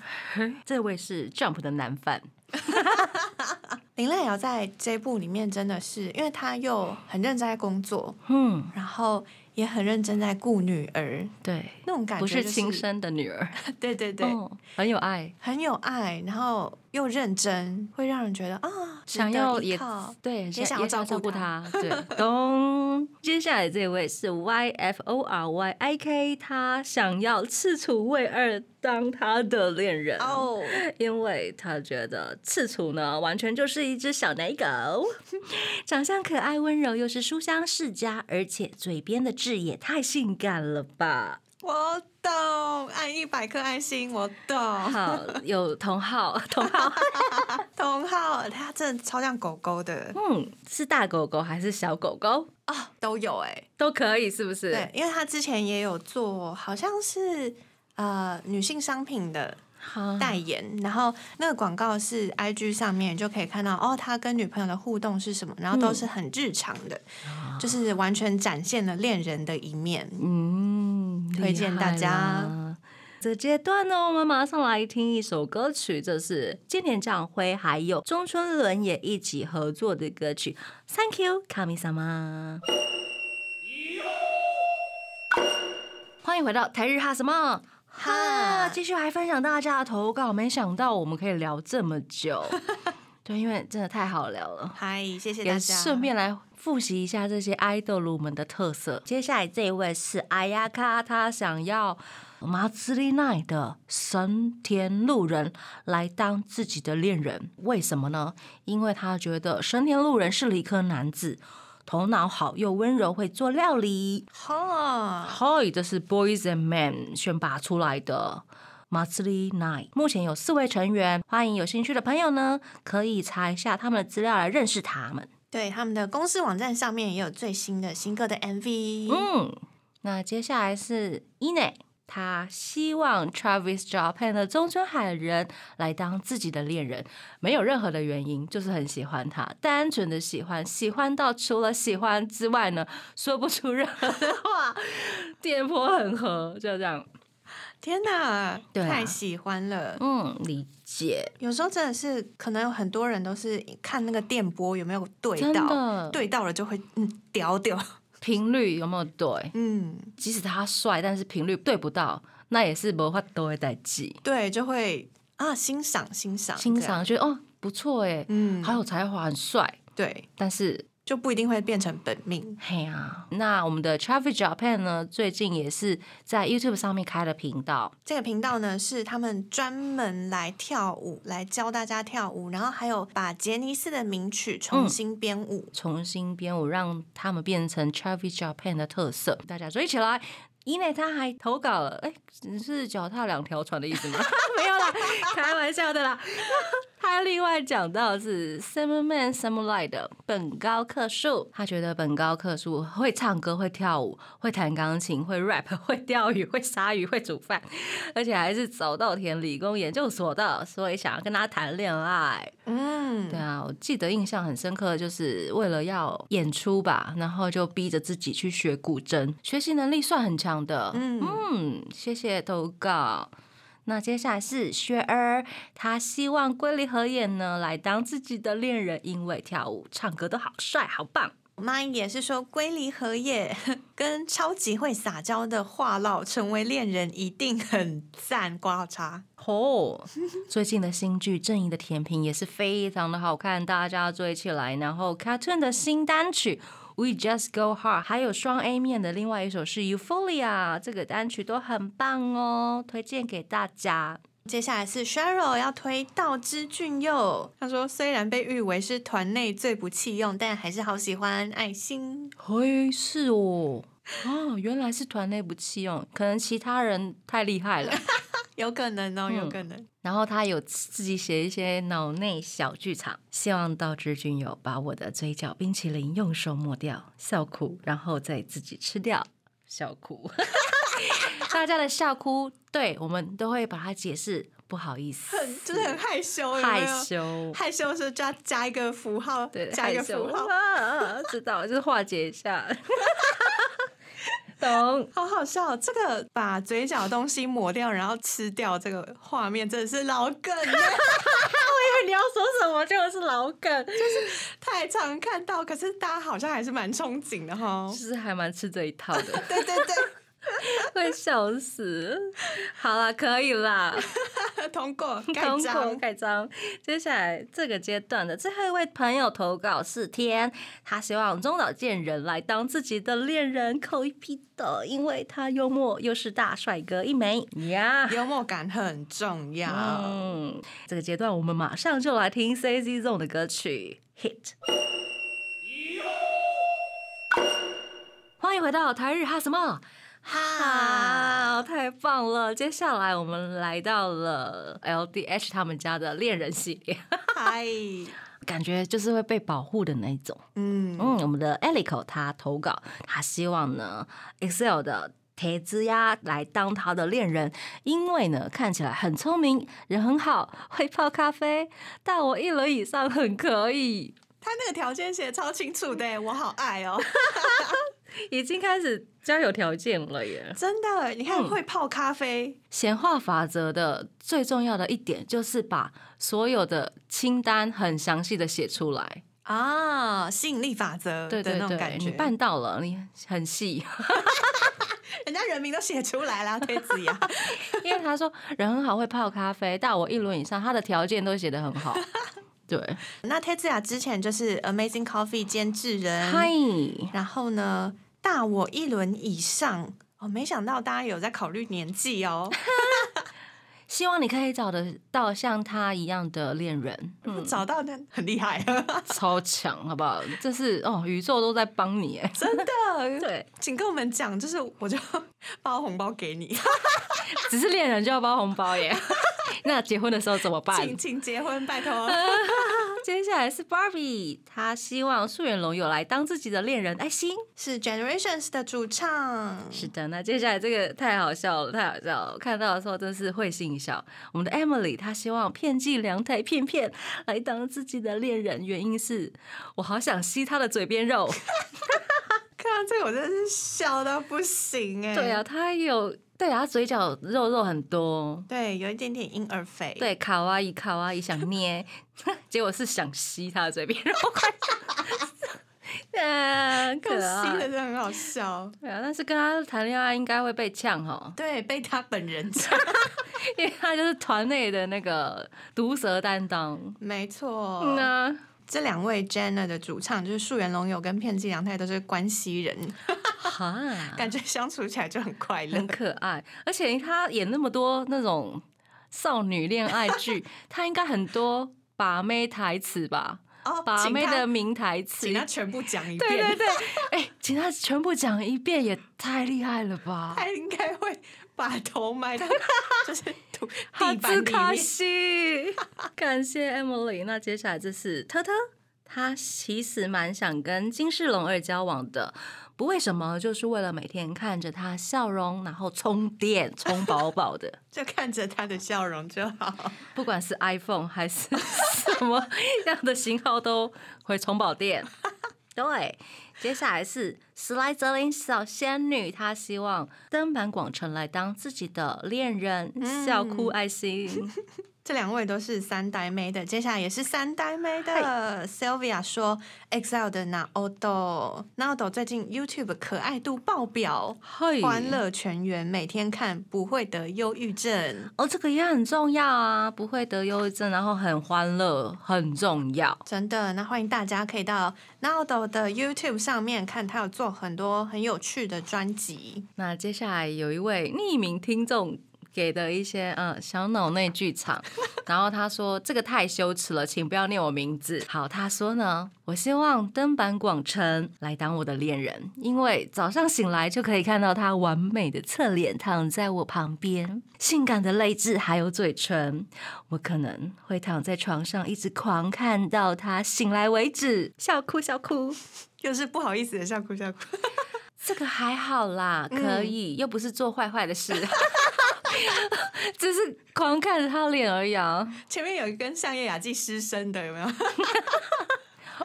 S2: 这位是 Jump 的男犯，
S3: 林濑遥在这部里面真的是，因为他又很认真在工作，
S2: 嗯，
S3: 然后也很认真在顾女儿，
S2: 对，
S3: 那种感觉、
S2: 不
S3: 就是
S2: 亲，生的女儿，
S3: 对对对，
S2: 哦很有爱。
S3: 很有爱，然后又认真，会让人觉得啊，值得
S2: 想要
S3: 依
S2: 也
S3: 靠
S2: 对，也
S3: 想要照顾
S2: 顾他，对， 咚。接下来这位是 Y F O R Y I K，他想要赤楚卫二当他的恋人，
S3: 哦，
S2: 因为他觉得赤楚呢完全就是一只小奶狗，长相可爱温柔，又是书香世家，而且嘴边的痣也太性感了吧。
S3: 我懂，按一百颗爱心，我懂。
S2: 好，有同号，同 号，
S3: 同浩他真的超像狗狗的
S2: 嗯，是大狗狗还是小狗狗
S3: 哦，都有哎、
S2: 都可以，是不是？
S3: 对，因为他之前也有做，好像是呃女性商品的
S2: 好，
S3: 代言，然后那个广告是 IG 上面就可以看到哦，他跟女朋友的互动是什么，然后都是很日常的，就是完全展现了恋人的一面。
S2: 嗯，
S3: 推荐大
S2: 厉害啦
S3: 家。
S2: 这阶段呢，我们马上来听一首歌曲，这是菅田将晖还有中村伦也一起合作的歌曲《Thank You Kami Sama》。欢迎回到台日哈什么哈，
S3: 哈
S2: 继续来分享大家的投稿。没想到我们可以聊这么 久，对，因为真的太好聊了。
S3: 嗨，谢谢大
S2: 也
S3: 家。
S2: 顺便来复习一下这些爱豆鲁们的特色。接下来这一位是阿亚卡，他想要马兹利奈的神田路人来当自己的恋人，为什么呢？因为他觉得神田路人是理科男子。头脑好又温柔，会做料理。
S3: 哈，
S2: Hoy 这是 Boys and Men 选拔出来的 m a t s u r i Night，目前有四位成员，欢迎有兴趣的朋友呢，可以查一下他们的资料来认识他们。
S3: 对，他们的公司网站上面也有最新的新歌的 MV。
S2: 嗯，那接下来是伊内，他希望 Travis Japan 的中村海人来当自己的恋人，没有任何的原因，就是很喜欢他，单纯的喜欢，喜欢到除了喜欢之外呢，说不出任何的话，电波很合，就这样。
S3: 天哪，
S2: 对啊
S3: 太喜欢了！
S2: 嗯，理解，
S3: 有时候真的是，可能有很多人都是看那个电波有没有对
S2: 真
S3: 到，
S2: 的，
S3: 对到了就会嗯屌屌，
S2: 频率有没有对？
S3: 嗯，
S2: 即使他帅，但是频率对不到，那也是没法都会代际
S3: 对，就会啊欣赏欣赏
S2: 欣
S3: 这样
S2: 赏，觉得哦不错哎，
S3: 嗯，
S2: 好有才华，很帅，
S3: 对，
S2: 但是
S3: 就不一定会变成本命。
S2: 嘿啊，那我们的 Traffic Japan 呢，最近也是在 YouTube 上面开了频道，
S3: 这个频道呢是他们专门来跳舞，来教大家跳舞，然后还有把杰尼斯的名曲
S2: 嗯
S3: 重新编舞。
S2: 重新编舞，让他们变成 Traffic Japan 的特色，大家追起来。因为他还投稿了，哎、你是脚踏两条船的意思吗？ 没有啦，开玩笑的啦。 他另外讲到是 Seven Man Samurai 的本高克树，他觉得本高克树会唱歌、会跳舞、会弹钢琴、会 rap、会钓鱼、会杀鱼、会煮饭，而且还是早稻田理工研究所的，所以想要跟他谈恋爱。
S3: 嗯，
S2: 对啊，我记得印象很深刻，就是为了要演出吧，然后就逼着自己去学古筝，学习能力算很强的。
S3: 嗯
S2: 嗯，谢谢投稿。那接下来是雪儿，她希望龟梨和也呢来当自己的恋人，因为跳舞、唱歌都好帅、好棒。
S3: 我妈也是说，龟梨和也 跟超级会撒娇的话唠成为恋人，一定很赞。刮叉，
S2: 哦，最近的新剧《正义的甜品》也是非常的好看，大家追起来。然后 Cartoon 的新单曲《We Just Go Hard》，还有双 A 面的另外一首是《Euphoria》，这个单曲都很棒哦，推荐给大家。
S3: 接下来是 Cheryl 要推道之俊佑，他说虽然被誉为是团内最不弃用，但还是好喜欢爱心。
S2: 嘿，是哦，啊，原来是团内不弃用，可能其他人太厉害了。
S3: 有可能哦，
S2: 嗯
S3: 有可能。
S2: 然后他有自己写一些脑内小剧场，希望道之君有把我的嘴角冰淇淋用手抹掉，笑哭，然后再自己吃掉，笑哭。 大家的笑哭，对我们都会把它解释不好意思，
S3: 很就是很害羞，有没有
S2: 害羞，
S3: 害羞的时候就要加一个符号，
S2: 对，
S3: 加一
S2: 害
S3: 个
S2: 羞
S3: 符号，
S2: 啊，知道，就是化解一下， 懂。
S3: 好好笑。哦这个把嘴角东西抹掉，然后吃掉，这个画面真的是老梗哦了，
S2: 因为 你要说什么就是老梗，
S3: 太常看到。可是大家好像还是蛮憧憬的哈
S2: 就。是还蛮吃这一套的。
S3: 对对对，
S2: 会笑死。好啦，可以啦，
S3: 通过 盖
S2: 通过
S3: 章。
S2: 盖章。接下来这个阶段的最后一位朋友投稿是天，他希望中岛健人来当自己的恋人，口一批的，因为他幽默又是大帅哥一枚呀。
S3: 幽默感很重要，
S2: 嗯，这个阶段我们马上就来听 C Z Zone 的歌曲《Hit》。欢迎回到台日哈什么？
S3: 哈，
S2: 啊，太棒了！接下来我们来到了 LDH 他们家的恋人系列，
S3: 嗨，
S2: 感觉就是会被保护的那一种。
S3: 嗯，
S2: 嗯，我们的 Alico 他投稿，他希望呢 Excel 的。铁子呀，来当他的恋人，因为呢看起来很聪明，人很好，会泡咖啡，大我一轮以上很可以，
S3: 嗯他那个条件写得超清楚的，我好爱哦，
S2: 已经开始家有条件了耶。
S3: 真的，你看
S2: 嗯
S3: 会泡咖啡，
S2: 显化法则的最重要的一点就是把所有的清单很详细的写出来。
S3: 啊，吸引力法则
S2: 对
S3: 的
S2: 对
S3: 那种
S2: 对
S3: 感，
S2: 你
S3: 觉，
S2: 办到了，你很细。
S3: 人家人名都写出 来啦，推子呀，
S2: 因为他说人很好，会泡咖啡，大我一轮以上，他的条件都写得很 好。对，
S3: 那 t e z 之前就是 Amazing Coffee 监制人，
S2: 嗨，
S3: 然后呢大我一轮以上，哦，没想到大家有在考虑年纪哦，
S2: 希望你可以找得到像他一样的恋人， 嗯，
S3: 找到那很厉 害，
S2: 超强，好不好？这是哦，宇宙都在帮你，哎，
S3: 真的，
S2: 对，
S3: 请跟我们讲，就是我就包红包 给你，
S2: 只是恋人就要包红包耶。 那结婚的时候怎么办？
S3: 请请结婚，拜托，
S2: 接下来是 Barbie，她希望素媛龙有来当自己的恋人，爱哎心。
S3: 是 Generations 的主唱，
S2: 是的，那接下来这个太好笑了，太好笑了！我看到的时候真是会心一笑。我们的 Emily 她希望片寄凉台片片来当自己的恋人，原因是我好想吸她的嘴边肉。
S3: 看到这个我真的是笑到不行哎，
S2: 对啊，她有对啊，她嘴角肉肉很多，
S3: 对，有一点点婴儿肥，
S2: 对，卡哇伊卡哇伊想捏， 结果是想吸她的嘴边肉，快！啊，可
S3: 可惜的
S2: 爱。
S3: 真的很好笑。
S2: 对啊，但是跟他谈恋爱应该会被呛哈，
S3: 对，被他本人讲，
S2: 因为他就是团内的那个毒舌担当。
S3: 没错。
S2: 嗯啊，
S3: 这两位 Jenna 的主唱就是树原龙友跟片寄凉太都是关西人，
S2: 哈，
S3: 感觉相处起来就很快乐
S2: 很。可爱，而且他演那么多那种少女恋爱 剧，他应该很多把妹台词吧？
S3: 哦
S2: 把妹的，
S3: 请他
S2: 名台词
S3: 请，他全部讲一遍，
S2: 对对对，哎、请他全部讲一遍也太厉害了吧！
S3: 他应该会把头埋 到就是土
S2: 哈
S3: 地板
S2: 兹
S3: 里
S2: 卡
S3: 面。
S2: 西， 感谢 Emily。那接下来这是特特，他其实蛮想跟金世龙二交往的，不为什么，就是为了每天看着他笑容，然后充电充饱饱的。
S3: 就看着他的笑容就好，
S2: 不管是 iPhone 还是 什么样的型号，都会充饱 电。对，接下来是史莱哲林小仙女，她希望登坂广城来当自己的恋人，
S3: 嗯
S2: 笑哭爱心。
S3: 这两位都是三代妹的，接下来也是三代妹的。Sylvia 说，Excel 的 Naoto，Naoto 最近 YouTube 可爱度爆表，
S2: 嘿
S3: 欢乐全员每天看不会得忧郁症，
S2: 哦，这个也很重要啊，不会得忧郁症，然后很欢乐，很重要。
S3: 真的。那欢迎大家可以到 Naldo 的 YouTube 上面看，他有做很多很有趣的专辑。
S2: 那接下来有一位匿名听众给的一些嗯小脑内剧场，然后他说这个太羞耻了，请不要念我名字。好，他说呢，我希望登坂广城来当我的恋人，因为早上醒来就可以看到他完美的侧脸躺在我旁边，性感的泪痣还有嘴唇，我可能会躺在床上一直狂看到他醒来为止，笑哭笑哭。
S3: 又是不好意思的笑哭笑哭，
S2: 这个还好啦，
S3: 嗯
S2: 可以，又不是做坏坏的事， 只是狂看着他脸而已啊。
S3: 前面有一根向叶雅纪失声的，有没 有？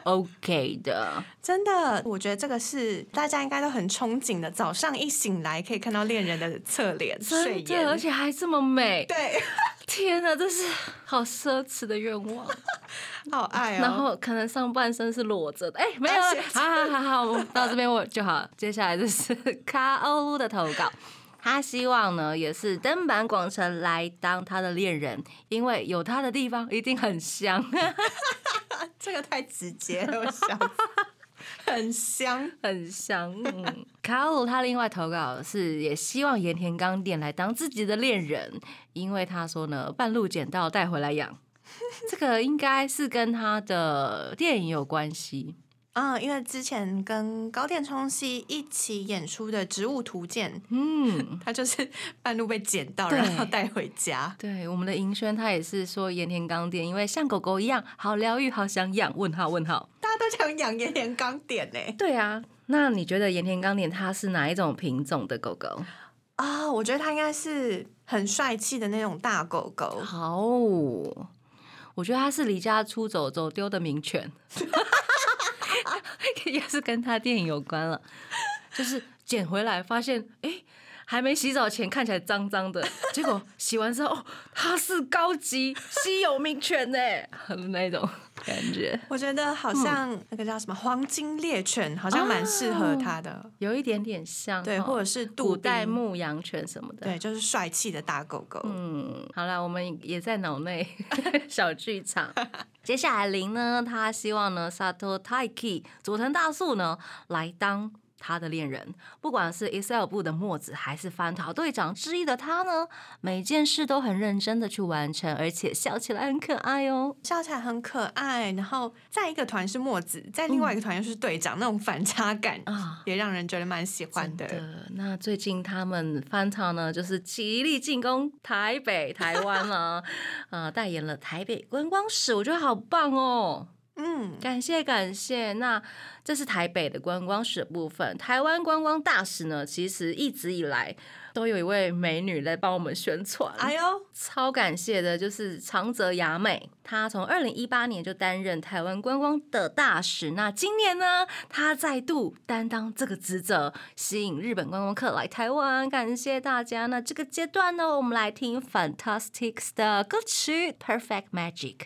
S2: OK 的，
S3: 真的，我觉得这个是大家应该都很憧憬的。早上一醒来可以看到恋人的侧脸、睡
S2: 真的，而
S3: 颜，
S2: 且还这么美，
S3: 对，
S2: 天哪，这是好奢侈的愿望。
S3: 好爱哦。
S2: 然后可能上半身是裸着的，哎、没有
S3: 啊
S2: 了
S3: 谢，谢
S2: 好好好好，我们到这边我就好了。接下来就是 卡欧鲁的投稿。他希望呢，也是登坂广城来当他的恋人，因为有他的地方一定很香。
S3: 这个太直接了，我想很 香。
S2: 很 香。嗯，卡鲁他另外投稿的是也希望盐田刚点来当自己的恋人，因为他说呢，半路捡到带回来 养，这个应该是跟他的电影有关系。
S3: 嗯，因为之前跟高电冲熙一起演出的《植物图鉴》，
S2: 嗯，
S3: 他就是半路被捡到，
S2: 对
S3: 然后带回家。
S2: 对，我们的银轩他也是说盐田刚点，因为像狗狗一样好疗愈，好想养。问号问号。
S3: 大家都想养岩田刚点呢、
S2: 对啊，那你觉得盐田刚点它是哪一种品种的狗狗？
S3: 啊、我觉得他应该是很帅气的那种大狗狗，
S2: 好，我觉得他是离家出走走丢的名 犬，也是跟他电影有关了，就是捡回来，发现哎。诶还没洗澡前看起来脏脏的，结果洗完之后，哦，它是高级稀有名犬呢，那种感觉，
S3: 我觉得
S2: 嗯
S3: 好像那个叫什么黄金猎犬，好像蛮适合它的。
S2: 有一点点像，
S3: 对，
S2: 哦
S3: 或者是杜
S2: 古代
S3: 宾，
S2: 牧羊犬什么的。
S3: 对，就是帅气的大狗狗。
S2: 嗯，好啦，我们也在脑 内小剧 场。接下来林呢，他希望呢，Sato Taiki 佐藤大树呢来当他的恋人。不管是 Excel 部的墨子，还是翻桃队长之一的他呢，每件事都很认真的去完成，而且笑起来很可爱哦。
S3: 笑起来很可爱，然后在一个团是墨子，在另外一个团又是队长，那种反差感
S2: 嗯啊
S3: 也让人觉得蛮喜欢的。
S2: 的，那最近他们翻唱呢，就是极力进攻台北、台湾 了，呃，代言了台北观光史，我觉得好棒哦。
S3: 嗯，
S2: 感谢感谢，那这是台北的观光史的部分。台湾观光大使呢，其实一直以来都有一位美女来帮我们宣传，
S3: 哎呦，
S2: 超感谢的，就是长泽雅美，她从二零一八年就担任台湾观光的大使，那今年呢，她再度担当这个职责，吸引日本观光客来台湾，感谢大家。那这个阶段呢，我们来听 Fantastics 的歌曲《Perfect Magic》。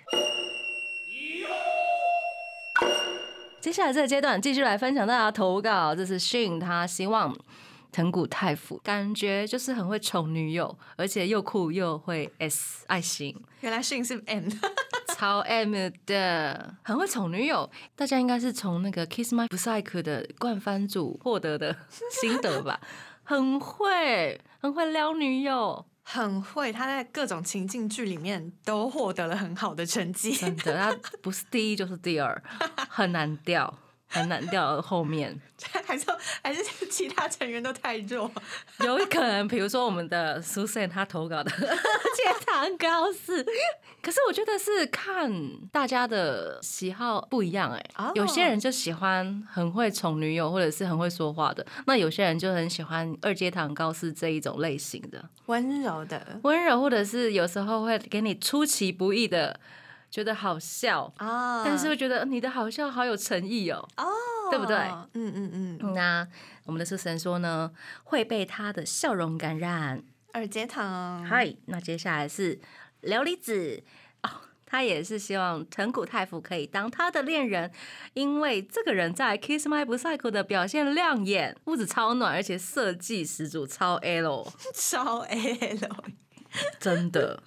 S2: 接下来这个阶段，继续来分享大家的投稿。这是 Shin，他希望藤谷太辅，感觉就是很会宠女友，而且又酷又会 S 爱心，
S3: 原来训是 M，
S2: 超 M 的，很会宠女友。大家应该是从那个 Kiss My Psyche 的冠番组获得的心得吧，很会，很会撩女友。
S3: 很会，他在各种情境剧里面都获得了很好的成绩。
S2: 真的，他不是第一就是第二，很难掉，很难掉后面。
S3: 还是还是 其他成员都太弱，
S2: 有可能，比如说我们的 Susan 她投稿的戒糖高士，可是我觉得是看大家的喜好不一样哎、
S3: 哦
S2: 有些人就喜欢很会宠女友或者是很会说话的，那有些人就很喜欢二阶堂高士这一种类型的
S3: 温柔的
S2: 温柔，或者是有时候会给你出其不意的觉得好笑，
S3: 啊
S2: 但是会觉得你的好笑好有诚意哦、对不对？
S3: 嗯嗯嗯，
S2: 那我们的 Susan 说呢，会被她的笑容感染。
S3: 二阶堂，
S2: 嗨，那接下来是琉璃子哦，他也是希望藤谷太辅可以当他的恋人，因为这个人在《Kiss My b u s a k u 的表现亮眼，不止超暖，而且设计十足，超 L，
S3: 超 L。
S2: 真的。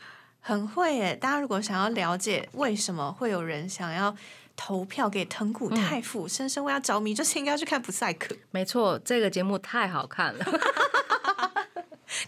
S3: 很会耶！大家如果想要了解为什么会有人想要投票给藤谷
S2: 嗯
S3: 太辅，深深为他着迷，就是应该去看普赛克，
S2: 没错，这个节目太好看了，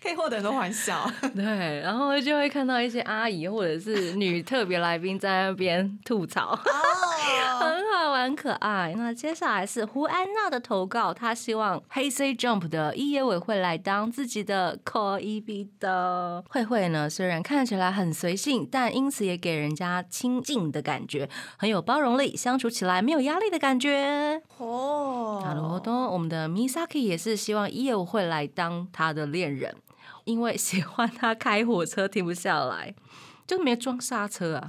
S3: 可以获得很多欢笑。
S2: 对，然后就会看到一些阿姨或者是女特别来宾在那边吐槽，
S3: 哦
S2: 很好玩可爱。那接下来是胡安娜的投稿，她希望黑 C Jump 的一野委会来当自己的 Core EB 的慧慧呢，虽然看起来很随性，但因此也给人家亲近的感觉，很有包容力，相处起来没有压力的感觉。
S3: 哦，
S2: 好了，多我们的 Misaki 也是希望一野委会来当他的恋人，因为喜欢他开火车停不下来。就没装刹车 啊，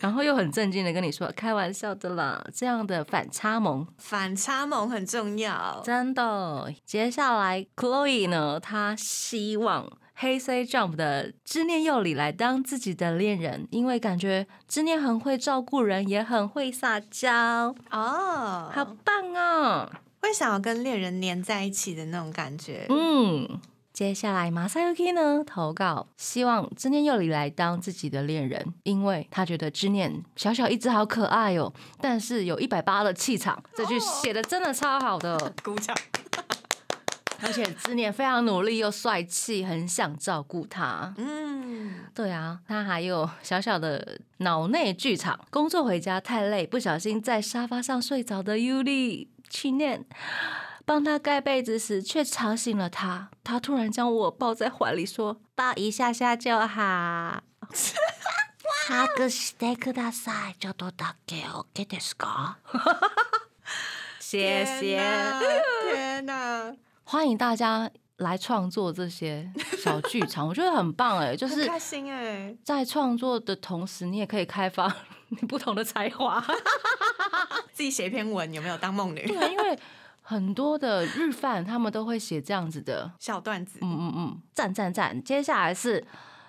S2: 然后又很震惊的跟你说开玩笑的啦，这样的反差萌
S3: 反差萌很重要。
S2: 真的。接下来，Chloe 呢，她希望黑 C Jump 的知念佑里来当自己的恋人，因为感觉知念很会照顾人，也很会撒娇，
S3: 哦，
S2: 好棒哦。
S3: 会想要跟恋人黏在一起的那种感觉。
S2: 嗯。接下来，马赛 Yuki 呢投稿，希望知念佑里来当自己的恋人，因为他觉得知念小小一只好可爱哦，但是有一百八的气场，这句写的真的超好的。
S3: 鼓掌！
S2: 而且知念非常努力又帅气，很想照顾他。
S3: 嗯，
S2: 对啊，他还有小小的脑内剧场，工作回家太累，不小心在沙发上睡着的尤利去念。帮他盖被子时，却吵醒了他。他突然将我抱在怀里，说：“抱一下下就好。
S1: ハグしてください。ちょっとだけ OK ですか？”
S2: 谢谢，
S3: 天哪天哪，
S2: 欢迎大家来创作这些小剧场，我觉得很棒哎、 就
S3: 很
S2: 是
S3: 开心哎！
S2: 在创作的同时，你也可以开发 你不同的才华。
S3: 自己写一篇文有没有当梦女？
S2: 对，因为啊很多的日饭他们都会写这样子的，
S3: 小段子，
S2: 嗯嗯嗯，赞赞赞。接下来是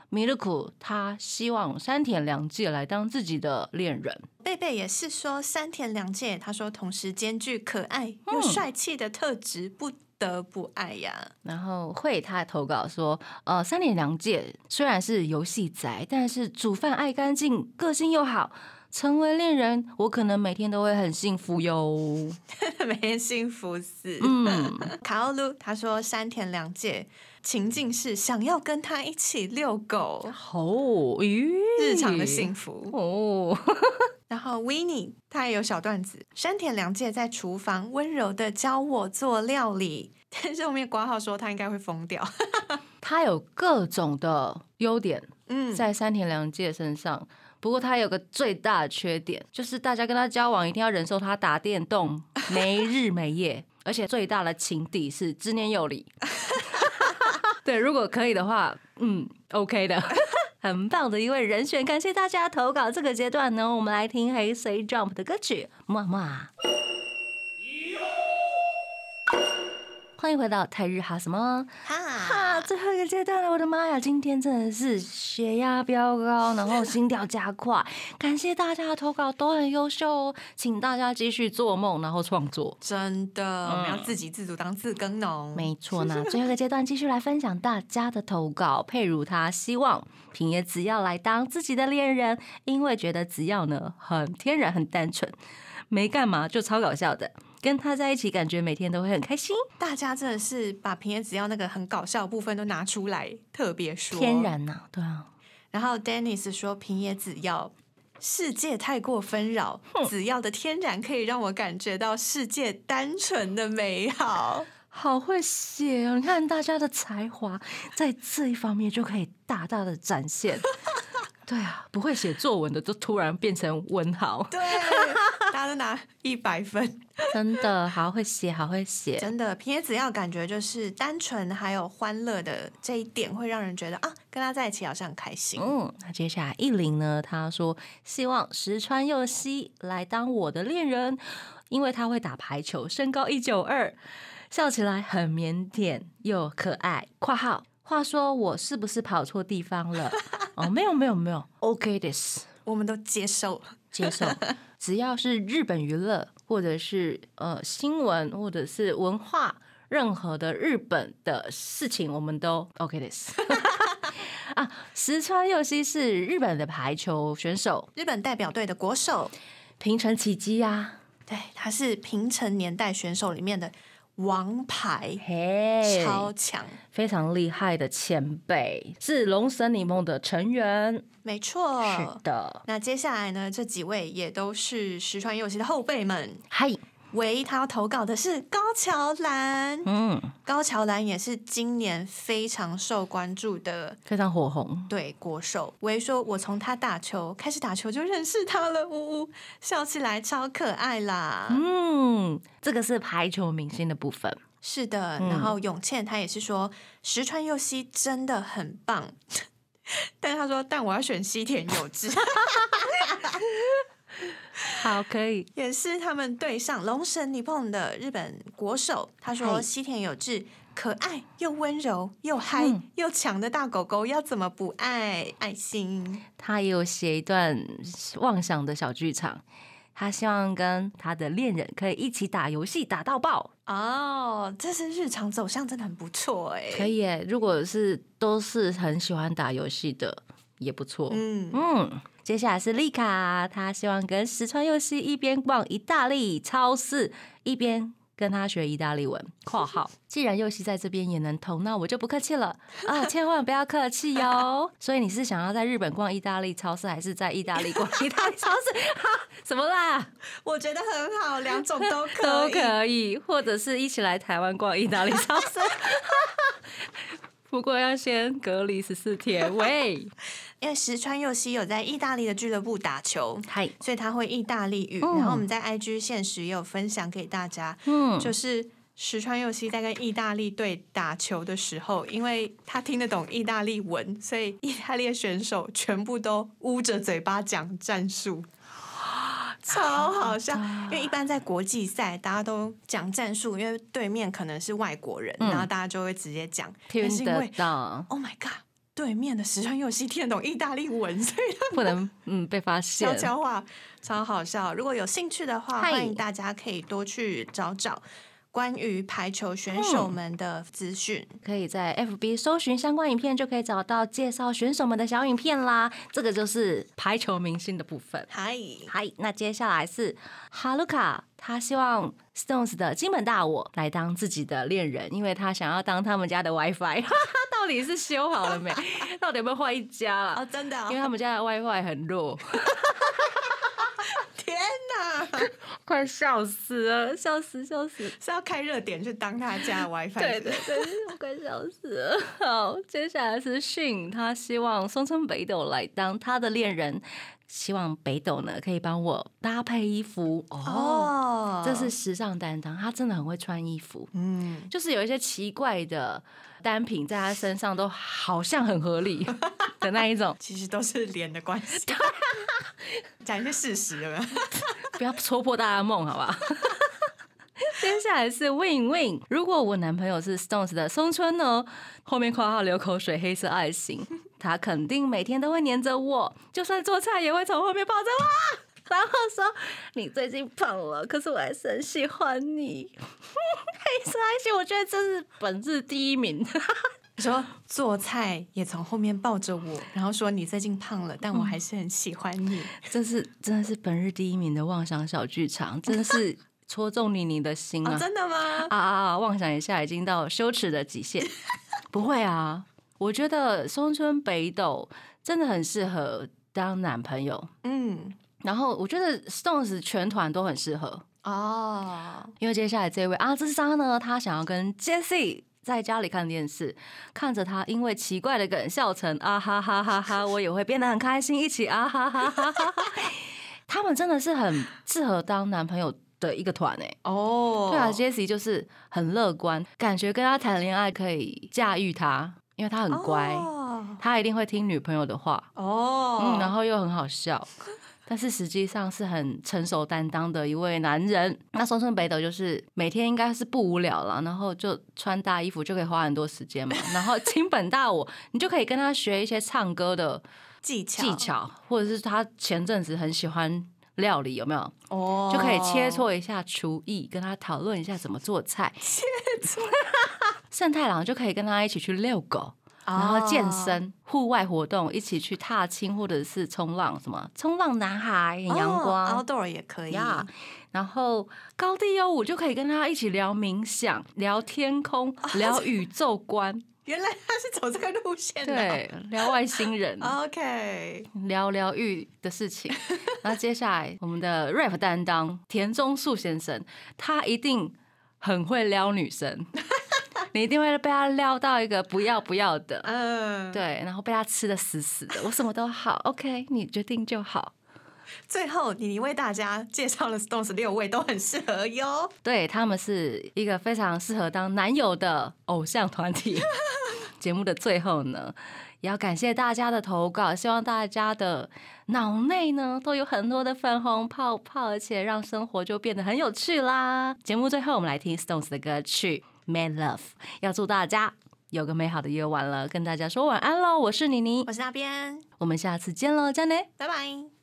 S2: 米勒库，他希望山田凉介来当自己的恋人。
S3: 贝贝也是说山田凉介，他说同时兼具可爱又
S2: 嗯
S3: 帅气的特质，不得不爱呀。
S2: 然后会他投稿说，呃，三田凉介虽然是游戏宅，但是煮饭爱干净，个性又好，成为恋人，我可能每天都会很幸福哟。
S3: 每天幸福死。
S2: 嗯，
S3: 卡奥鲁他说山田凉介情境是想要跟他一起遛狗，
S2: 好，咦，
S3: 日常的幸福。
S2: 哦，
S3: 然后 w i n n i 他也有小段子，山田凉介在厨房温柔的教我做料理， 但是后面挂号说他应该会疯掉。
S2: 他有各种的优点，
S3: 嗯，
S2: 在山田凉介身上。不过他有个最大的缺点，就是大家跟他交往一定要忍受他打电动没日没夜，而且最大的情敌是知念佑里。对，如果可以的话，嗯，OK 的，很棒的一位人选。感谢大家投稿。这个阶段呢，我们来听黑 C Jump 的歌曲《么么》。欢迎回到泰日哈什么？啊，
S3: 哈，
S2: 最后一个阶段了，我的妈呀！今天真的是血压飙高，然后心跳加快。感谢大家的投稿，都很优秀哦，请大家继续做梦，然后创作。
S3: 真的，我们
S2: 嗯
S3: 要自给自足当自耕农。
S2: 没错呢，最后一个阶段继续来分享大家的投稿。佩如她希望平野紫耀来当自己的恋人，因为觉得紫耀呢很天然、很单纯，没干嘛就超搞笑的，跟他在一起感觉每天都会很开心，
S3: 大家真的是把平野只要那个很搞笑的部分都拿出来特别说。
S2: 天。然呐、对啊。
S3: 然后 Dennis 说平野紫耀。世界太过纷扰，紫耀的天然可以让我感觉到世界单纯的美好。
S2: 好会写哦！你看大家的才华在这一方面就可以大大的展 现。对啊，不会写作文的都突然变成文豪，
S3: 对，大家都拿一百分，
S2: 真的好会写，好会写。
S3: 真的平野紫耀感觉就是单纯还有欢乐的这一点，会让人觉得啊，跟他在一起好像很开心。
S2: 嗯，那接下来一林呢？他说希望石川佑希来当我的恋人，因为他会打排球，身高一九二，笑起来很腼腆又可爱。（括号话说我是不是跑错地方了？哦，没有没有没 有，OK this。）
S3: 我们都接受，
S2: 接受，只要是日本娱乐或者是呃新闻或者是文化，任何的日本的事情，我们都 OK です。 啊，石川佑希是日本的排球选手，
S3: 日本代表队的国手，
S2: 平成啊奇迹呀、
S3: 对，他是平成年代选手里面的王牌，
S2: 嘿，
S3: 超强，
S2: 非常厉害的前辈，是龙神柠檬的成员。
S3: 没错。
S2: 是的，
S3: 那接下来呢，这几位也都是石川佑希的后辈们。
S2: 嗨，
S3: 唯一他要投稿的是高桥兰，
S2: 嗯，
S3: 高桥兰也是今年非常受关注的
S2: 非常火红，
S3: 对国手。唯说，我从他打球开始打球就认识他了，呜呜，笑起来超可爱啦。
S2: 嗯，这个是排球明星的部分。
S3: 是的，
S2: 嗯
S3: 然后永倩她也是说，石川佑希真的很棒， 但她说，但我要选西田有志，
S2: 好，可以，
S3: 也是他们对上龙神尼碰的日本国手。她说，
S2: 嗨
S3: 西田有志可爱又温柔又嗨、
S2: 嗯
S3: 又强的大狗狗，要怎么不爱？爱心
S2: 他也有写一段妄想的小剧场，他希望跟他的恋人可以一起打游戏，打到爆。
S3: 哦，这是日常走向真的很不错哎、
S2: 可以耶，如果是都是很喜欢打游戏的，也不错。
S3: 嗯，
S2: 嗯，接下来是丽卡，她希望跟石川佑希一边逛意大利超市，一边跟他学意大利 文。（括号）既然佑希在这边也能投，那我就不客气 了啊！千万不要客气哟。所以你是想要在日本逛意大利超市，还是在意大利逛意大利超市？ 哈，什么啦？
S3: 我觉得很好，两种 都可以，
S2: 都可以，或者是一起来台湾逛意大利超市。 不过要先隔离十四天。喂，
S3: 因为石川佑希有在意大利的俱乐部打球，
S2: 嗨，
S3: 所以他会意大利语。
S2: 嗯
S3: 然后我们在 IG 现实也有分享给大家，
S2: 嗯，
S3: 就是石川佑希在跟意大利队打球的时候，因为他听得懂意大利文，所以意大利的选手全部都捂着嘴巴讲战术。超好笑，因为一般在国际赛大家都讲战术，因为对面可能是外国人，
S2: 嗯
S3: 然后大家就会直接讲，但是
S2: 听
S3: 因
S2: 得
S3: 为
S2: 到，
S3: Oh my God，对面的石川佑希听得懂意大利文，所以
S2: 不能嗯被发
S3: 悄
S2: 现。
S3: 悄话超好笑。如果有兴趣的话，
S2: 嗨
S3: 欢迎大家可以多去找找关于排球选手们的资讯。
S2: 可以在 FB 搜寻相关影片，就可以找到介绍选手们的小影片啦。这个就是排球明星的部分。
S3: 嗨、
S2: 嗨，那接下来是哈鲁卡，他希望 Stones 的金本大我来当自己的恋人，因为他想要当他们家的 WiFi。到 底是修好了没？ 到底有没有换一家
S3: 哦，
S2: 了？
S3: 真的
S2: 因为
S3: 哦、
S2: 他们家的 WiFi 很弱，
S3: 天哪，
S2: 快笑死了，笑死笑死！
S3: 是要开热点去当他家 的 WiFi？
S2: 对
S3: 是不
S2: 对
S3: 是
S2: 对，我快笑死了。好，接下来是迅，他希望松村北斗来当他的恋人，希望北斗呢可以帮我搭配衣服哦。
S3: 哦，
S2: 这是时尚担当，他真的很会穿衣服，
S3: 嗯，
S2: 就是有一些奇怪的单品在他身上都好像很合理的那一种。
S3: 其实都是脸的关 系。讲一些事实有没有？
S2: 不要戳破大家的梦，好不好？接下来是 Win Win。如果我男朋友是 Stones 的松村呢，后面括号流口水黑色爱心，他肯定每天都会黏着我，就算做菜也会从后面抱着我，啊 然后说你最近胖了，可是我还是很喜欢你。 黑色爱心，我觉得这是本日第一名。
S3: 你 说做菜也从后面抱着我，然后说你最近胖了，但我还是很喜欢你。
S2: 这是真的是本日第一名的妄想小剧场，真的是戳中你你的心啊！
S3: 哦，真的吗？
S2: 啊啊啊！妄想一下，已经到羞耻的极限。不会啊，我觉得松村北斗真的很适合当男朋友。
S3: 嗯，
S2: 然后我觉得 Stones 全团都很适合，
S3: 哦，
S2: 因为接下来这位阿兹莎呢，她想要跟 Jesse 在家里看电视，看着他因为奇怪的梗笑成啊哈哈哈哈，我也会变得很开心，一起啊哈哈哈哈。他们真的是很适合当男朋友的一个团哎、
S3: 哦，
S2: 对啊，Jessie 就是很乐观，感觉跟他谈恋爱可以驾驭他，因为他很乖，
S3: 哦，
S2: 他一定会听女朋友的话，
S3: 哦
S2: 嗯，然后又很好 笑。但是实际上是很成熟担当的一位男 人。那松村北斗就是每天应该是不无聊了，然后就穿搭衣服就可以花很多时 间嘛。然后金本大我，你就可以跟他学一些唱歌的
S3: 技巧
S2: 技巧，或者是他前阵子很喜欢料理，有没有？
S3: 哦，
S2: 就可以切磋一下厨艺，跟他讨论一下怎么做菜。切 磋，圣太郎就可以跟他一起去遛狗，
S3: 哦，
S2: 然后健身、户外活动，一起去踏青或者是冲浪，什么冲浪男孩，很阳
S3: 哦
S2: 光。
S3: ，outdoor 也可以
S2: 呀然后高地优舞就可以跟他一起聊冥想、聊天空、
S3: 哦
S2: 聊宇宙 观，
S3: 原来他是走这个路线的。哦
S2: 对，聊外星 人，
S3: ，OK，
S2: 聊疗愈的事情。然后接下来我们的 rap 担当田中树先生，他一定很会撩女生，你一定会被他撩到一个不要不要的，
S3: 嗯，，
S2: 对，然后被他吃的死死的。我什么都好，OK，你决定就好。
S3: 最后你为大家介绍了 Stones 六位都很适合哟。
S2: 对他们是一个非常适合当男友的偶像团体。 节目的最后呢，也要感谢大家的投稿，希望大家的脑内呢都有很多的粉红泡泡，而且让生活就变得很有趣啦。节目最后，我们来听 Stones 的歌曲《Mad Love》，要祝大家有个美好的夜晚了，跟大家说晚安喽！我是妮妮，
S3: 我是那边，
S2: 我们下次见喽，加内。
S3: 拜拜。